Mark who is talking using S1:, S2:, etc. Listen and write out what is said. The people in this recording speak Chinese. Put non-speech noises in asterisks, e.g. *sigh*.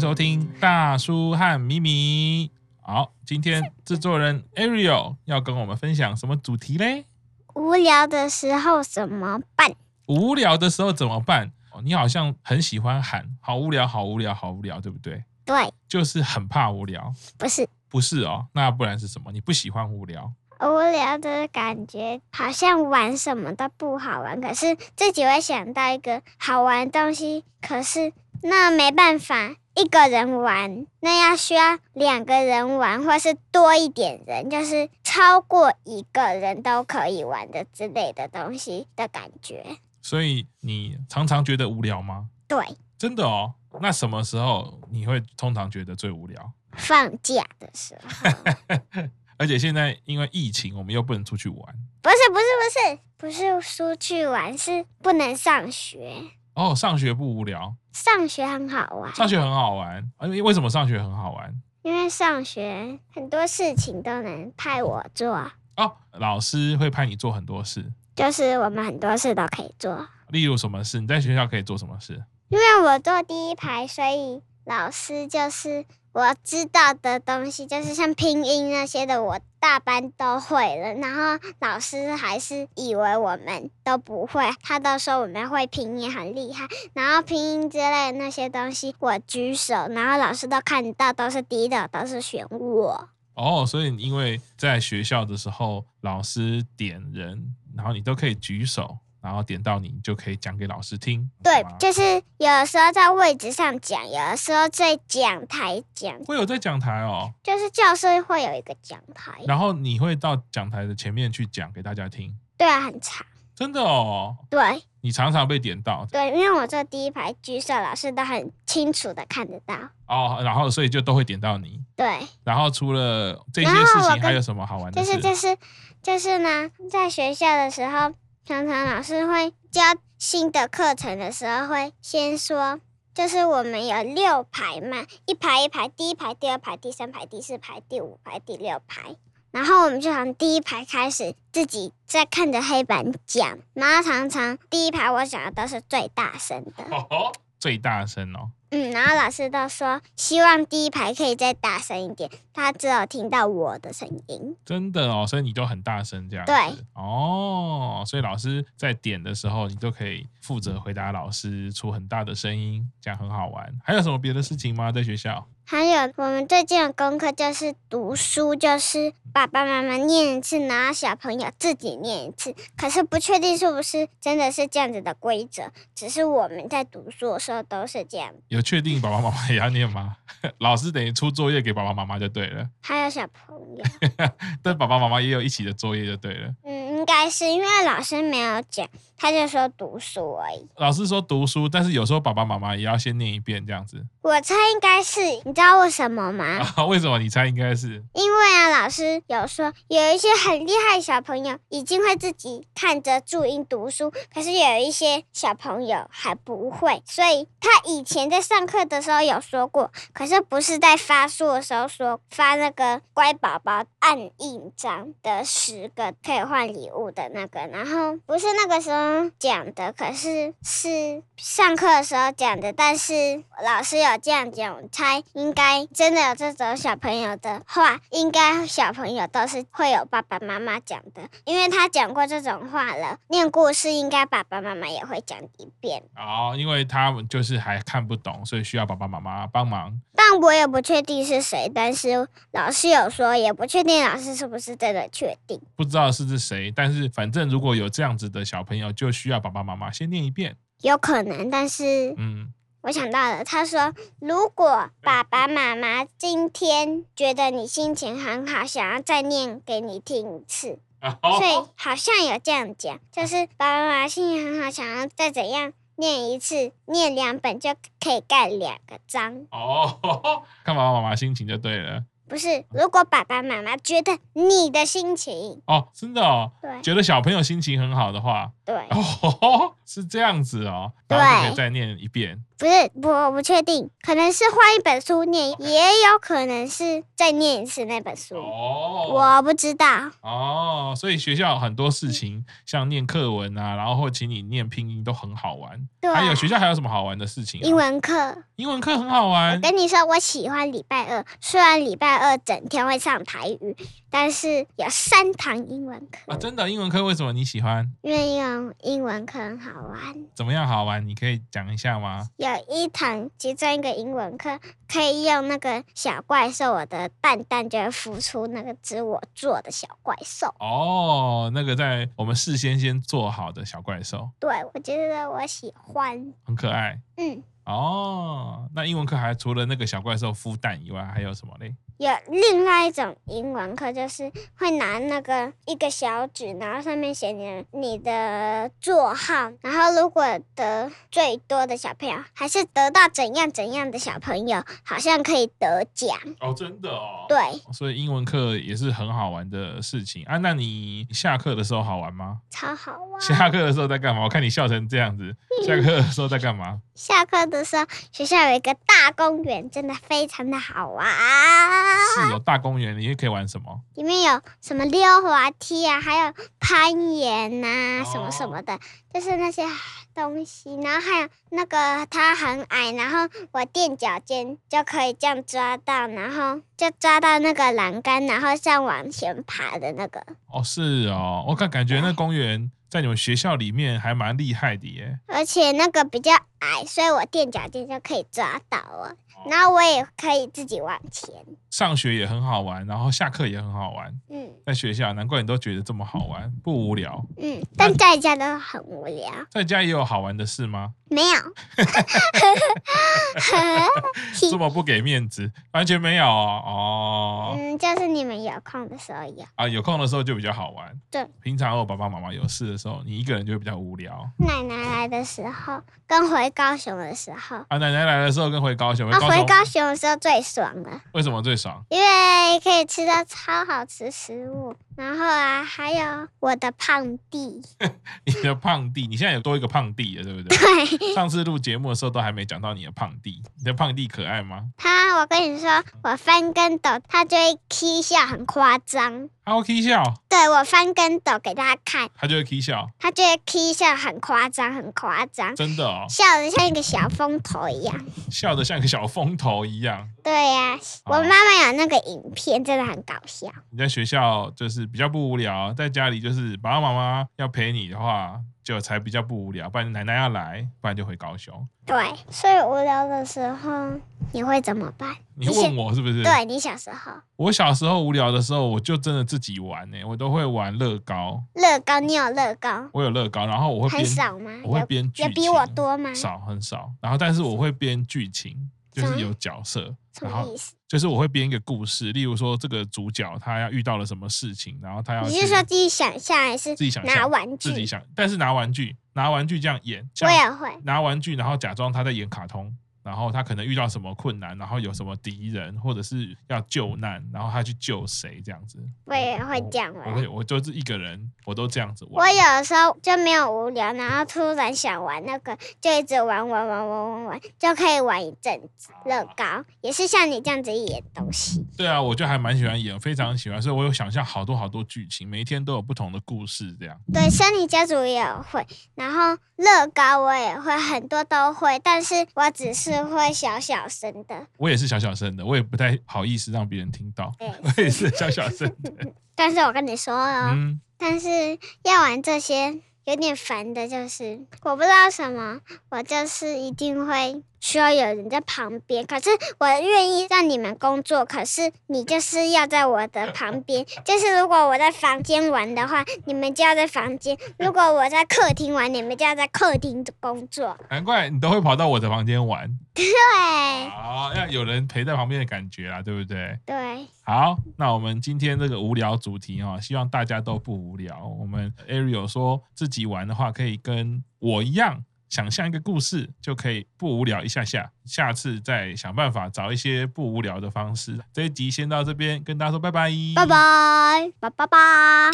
S1: 收听大叔和咪咪。好，今天制作人 Ariel 要跟我们分享什么主题嘞？
S2: 无聊的时候怎么办？
S1: 无聊的时候怎么办？哦你好像很喜欢喊“好无聊，好无聊，好无聊”，对不对？
S2: 对，
S1: 就是很怕无聊，
S2: 不是
S1: 不是哦？那不然是什么？你不喜欢无聊？
S2: 无聊的感觉，好像玩什么都不好玩。可是自己会想到一个好玩的东西，可是那没办法，一个人玩，那要需要两个人玩，或是多一点人，就是超过一个人都可以玩的之类的东西的感觉。
S1: 所以你常常觉得无聊吗？
S2: 对，
S1: 真的哦？那什么时候你会通常觉得最无聊？
S2: 放假的时候，
S1: 而且现在因为疫情，我们又不能出去玩
S2: 不是不是不是不是出去玩，是不能上学。
S1: 哦。上学不无聊，
S2: 上学很好玩，
S1: 上学很好玩。啊因为为什么上学很好玩？
S2: 因为上学很多事情都能派我做，
S1: 哦，老师会派你做很多事，
S2: 就是我们很多事都可以做。
S1: 例如什么事？你在学校可以做什么事？
S2: 因为我坐第一排，所以老师就是我知道的东西，就是像拼音那些的，我大班都会了。然后老师还是以为我们都不会，他都说我们会拼音很厉害。然后拼音之类的那些东西，我举手，然后老师都看到，都是第一的，都是选我。
S1: 哦，所以你因为在学校的时候，老师点人，然后你都可以举手，然后点到你你就可以讲给老师听。
S2: 对
S1: 吗，
S2: 就是有的时候在位置上讲，有的时候在讲台讲，
S1: 会有在讲台哦，
S2: 就是教室会有一个讲台。
S1: 然后你会到讲台的前面去讲给大家听，
S2: 对啊，很长。
S1: 真的哦，
S2: 对
S1: 你常常被点到
S2: 对，因为我坐第一排，举手老师都很清楚的看得到。
S1: 哦，然后所以就都会点到你。
S2: 对，
S1: 然后除了这些
S2: 然后
S1: 事
S2: 啊我
S1: 情，还
S2: 跟
S1: 有什么好玩的
S2: 就
S1: 事？
S2: 是就是就是呢，在学校的时候，常常老师会教新的课程的时候，会先说，就是我们有六排嘛，一排一排，第一排、第二排、第三排、第四排、第五排、第六排。然后我们就从第一排开始，自己在看着黑板讲。然后常常第一排我讲的都是最大声的，
S1: 哦，最大声哦，
S2: 嗯，然后老师都说希望第一排可以再大声一点，他只有听到我的声音。
S1: 真的哦，所以你就很大声这样子。
S2: 对，
S1: 哦，所以老师在点的时候，你都可以负责回答老师，出很大的声音，这样很好玩。还有什么别的事情吗？在学校？
S2: 还有我们最近的功课就是读书，就是爸爸妈妈念一次，然后小朋友自己念一次。可是不确定是不是真的是这样子的规则，只是我们在读书的时候都是这样。
S1: 有确定爸爸妈妈也要念吗？ *laughs* 老师等于出作业给爸爸妈妈就对了，
S2: 还有小朋友，
S1: 但爸爸妈妈也有一起的作业就对了。
S2: 嗯，应该是因为老师没有讲，他就说读书而已。
S1: 老师说读书，但是有时候爸爸妈妈也要先念一遍这样子。
S2: 我猜应该是，你知道为什么吗？
S1: 啊， *laughs* 为什么？你猜应该是
S2: 因为啊，老师有说有一些很厉害的小朋友已经会自己看着注音读书，可是有一些小朋友还不会，所以他以前在上课的时候有说过，可是不是在发书的时候说发那个乖宝宝按印章的十个可以换礼物的那个，然后不是那个时候讲的，可是是上课的时候讲的，但是老师有这样讲，我猜应该真的有这种小朋友的话，应该小朋友都是会有爸爸妈妈讲的，因为他讲过这种话了，念故事应该爸爸妈妈也会讲一遍。
S1: 哦，因为他们就是还看不懂，所以需要爸爸妈妈帮忙。
S2: 但我也不确定是谁，但是老师有说，也不确定老师是不是真的确定。
S1: 不知道是是谁，但是反正如果有这样子的小朋友，就需要爸爸妈妈先念一遍。
S2: 有可能，但是
S1: 嗯，
S2: 我想到了，他说，如果爸爸妈妈今天觉得你心情很好，想要再念给你听一次，
S1: 哦
S2: 所以好像有这样讲，就是爸爸妈妈心情很好，想要再怎样念一次，念两本就可以盖两个章。
S1: 哦，看爸爸妈妈心情就对了。
S2: 不是，如果爸爸妈妈觉得你的心情，
S1: 哦，真的哦，
S2: 对
S1: 觉得小朋友心情很好的话，
S2: 对。
S1: 哦，是这样子哦，然后就可以再念一遍。
S2: 不是，我不确定，可能是换一本书念，也有可能是再念一次那本书，
S1: 哦，
S2: 我不知道。
S1: 哦，所以学校很多事情，像念课文啊，然后或请你念拼音都很好玩。
S2: 对，啊
S1: 还有学校还有什么嗯好玩的事情啊、
S2: 英文课，
S1: 英文课很好玩
S2: 我。跟你说，我喜欢礼拜二，虽然礼拜二整天会上台语，但是有三堂英文
S1: 啊，
S2: 课，
S1: 真的，英文课为什么你喜欢？
S2: 因为英文英文课很好玩。
S1: 怎么样好玩？你可以讲一下吗？
S2: 有一堂其中一个英文课，可以用那个小怪兽，我的蛋蛋就会孵出那个只我做的小怪兽。
S1: 哦，那个在我们事先先做好的小怪兽，
S2: 对，我觉得我喜欢。
S1: 很可爱。
S2: 嗯，
S1: 哦，那英文课还除了那个小怪兽孵蛋以外，还有什么嘞？
S2: 有另外一种英文课，就是会拿那个一个小纸，然后上面写你的你的座号，然后如果得最多的小朋友，还是得到怎样怎样的小朋友，好像可以得奖。
S1: 哦，真的哦。
S2: 对，
S1: 所以英文课也是很好玩的事情啊。那你下课的时候好玩吗？
S2: 超好玩。
S1: 下课的时候在干嘛？我看你笑成这样子，下课的时候在干嘛？
S2: *laughs* 下课的时候，学校有一个大公园，真的非常的好玩。
S1: 是有大公园，你也可以玩什么？
S2: 里面有什么溜滑梯啊，还有攀岩呐、
S1: 哦
S2: 什么什么的，就是那些东西。然后还有那个它很矮，然后我垫脚尖就可以这样抓到，然后就抓到那个栏杆，然后再往前爬的那个。
S1: 哦，是哦，我感感觉那公园在你们学校里面还蛮厉害的耶。
S2: 而且那个比较矮，所以我垫脚尖就可以抓到了。然后我也可以自己往前。
S1: 上学也很好玩，然后下课也很好玩，
S2: 嗯
S1: 在学校难怪你都觉得这么好玩，不无聊。
S2: 嗯，但在家都很无聊，
S1: 在家也有好玩的事吗？
S2: 没有。
S1: 这么不给面子，完全没有哦。哦
S2: 嗯，就是你们有空的时候有。
S1: 啊，有空的时候就比较好玩。
S2: 对，
S1: 平常我爸爸妈妈有事的时候，你一个人就会比较无聊。
S2: 奶奶来的时候，跟回高雄的时候，
S1: 啊，奶奶来的时候跟回高雄，
S2: 啊，回
S1: 雄
S2: 高雄的时候最爽了，
S1: 为什么最爽？
S2: 因为可以吃到超好吃食物，然后啊，还有我的胖弟， *laughs*
S1: 你的胖弟，你现在有多一个胖弟了，对不对？
S2: 对
S1: 上次录节目的时候都还没讲到你的胖弟，你的胖弟可爱吗？
S2: 他，我跟你说，我翻跟斗，他就会 k 笑，很夸张。
S1: 啊他会 k 笑，
S2: 对我翻跟斗给大家看，
S1: 他就会 k 笑，
S2: 他就会 k 笑，很夸张，很夸张，
S1: 真的哦，
S2: 笑得像一个小风头一样。
S1: 笑得像个小风头一样。
S2: 对
S1: 哦
S2: 呀、我妈妈有那个影片，真的很搞笑。
S1: 你在学校就是比较不无聊，在家里就是爸爸妈妈要陪你的话，就才比较不无聊，不然奶奶要来，不然就回高雄。
S2: 对，所以无聊的时候你会怎么办？
S1: 你
S2: 小
S1: 问我是不是？
S2: 对你小时候
S1: 我小时候无聊的时候，我就真的自己玩呢、我都会玩乐高，
S2: 乐高，你有乐高
S1: 我有乐高，然后我会
S2: 很
S1: 编，
S2: 少吗？
S1: 我会编剧
S2: 有有
S1: 情，
S2: 比我多吗？
S1: 少很少，然后但是我会编剧情，就是有角色，
S2: 什
S1: 然
S2: 么
S1: 后
S2: 意思？
S1: 就是我会编一个故事，例如说这个主角他要遇到了什么事情，然后他要
S2: 你
S1: 去
S2: 是说自己想象还是
S1: 自己想象
S2: 拿玩具？
S1: 自
S2: 啊
S1: 己想，但是拿玩具，拿玩具这样演，
S2: 我
S1: 像
S2: 也会。
S1: 拿玩具，然后假装他在演卡通，然后他可能遇到什么困难，然后有什么敌人或者是要救难，然后他去救谁这样子。
S2: 我也会这样
S1: 我
S2: 玩
S1: 我会，我就是一个人，我都这样子
S2: 我
S1: 玩。
S2: 有的时候就没有无聊，然后突然想玩那个，就一直玩玩玩玩玩玩，就可以玩一阵子。乐高也是像你这样子演东西，
S1: 对啊，我就还蛮喜欢演，非常喜欢，所以我有想象好多好多剧情，每一天都有不同的故事这样。
S2: 对，森林家族也有会，然后乐高我也会，很多都会，但是我只是会小小声的，
S1: 我也是小小声的，我也不太好意思让别人听到， *laughs*
S2: 对。
S1: 我也是小小声的。
S2: 但是我跟你说哦，
S1: 嗯，
S2: 但是要玩这些有点烦的，就是我不知道什么，我就是一定会需要有人在旁边。可是我愿意让你们工作，可是你就是要在我的旁边。就是如果我在房间玩的话，你们就要在房间；如果我在客厅玩，你们就要在客厅工作。
S1: 难怪你都会跑到我的房间玩
S2: 对
S1: 啊，要有人陪在旁边的感觉啦，对不对？
S2: 对，
S1: 好，那我们今天这个无聊主题哦，希望大家都不无聊。我们 Ariel 说自己玩的话，可以跟我一样想象一个故事，就可以不无聊一下下。下次再想办法找一些不无聊的方式。这一集先到这边，跟大家说拜拜，
S2: 拜拜，拜拜拜。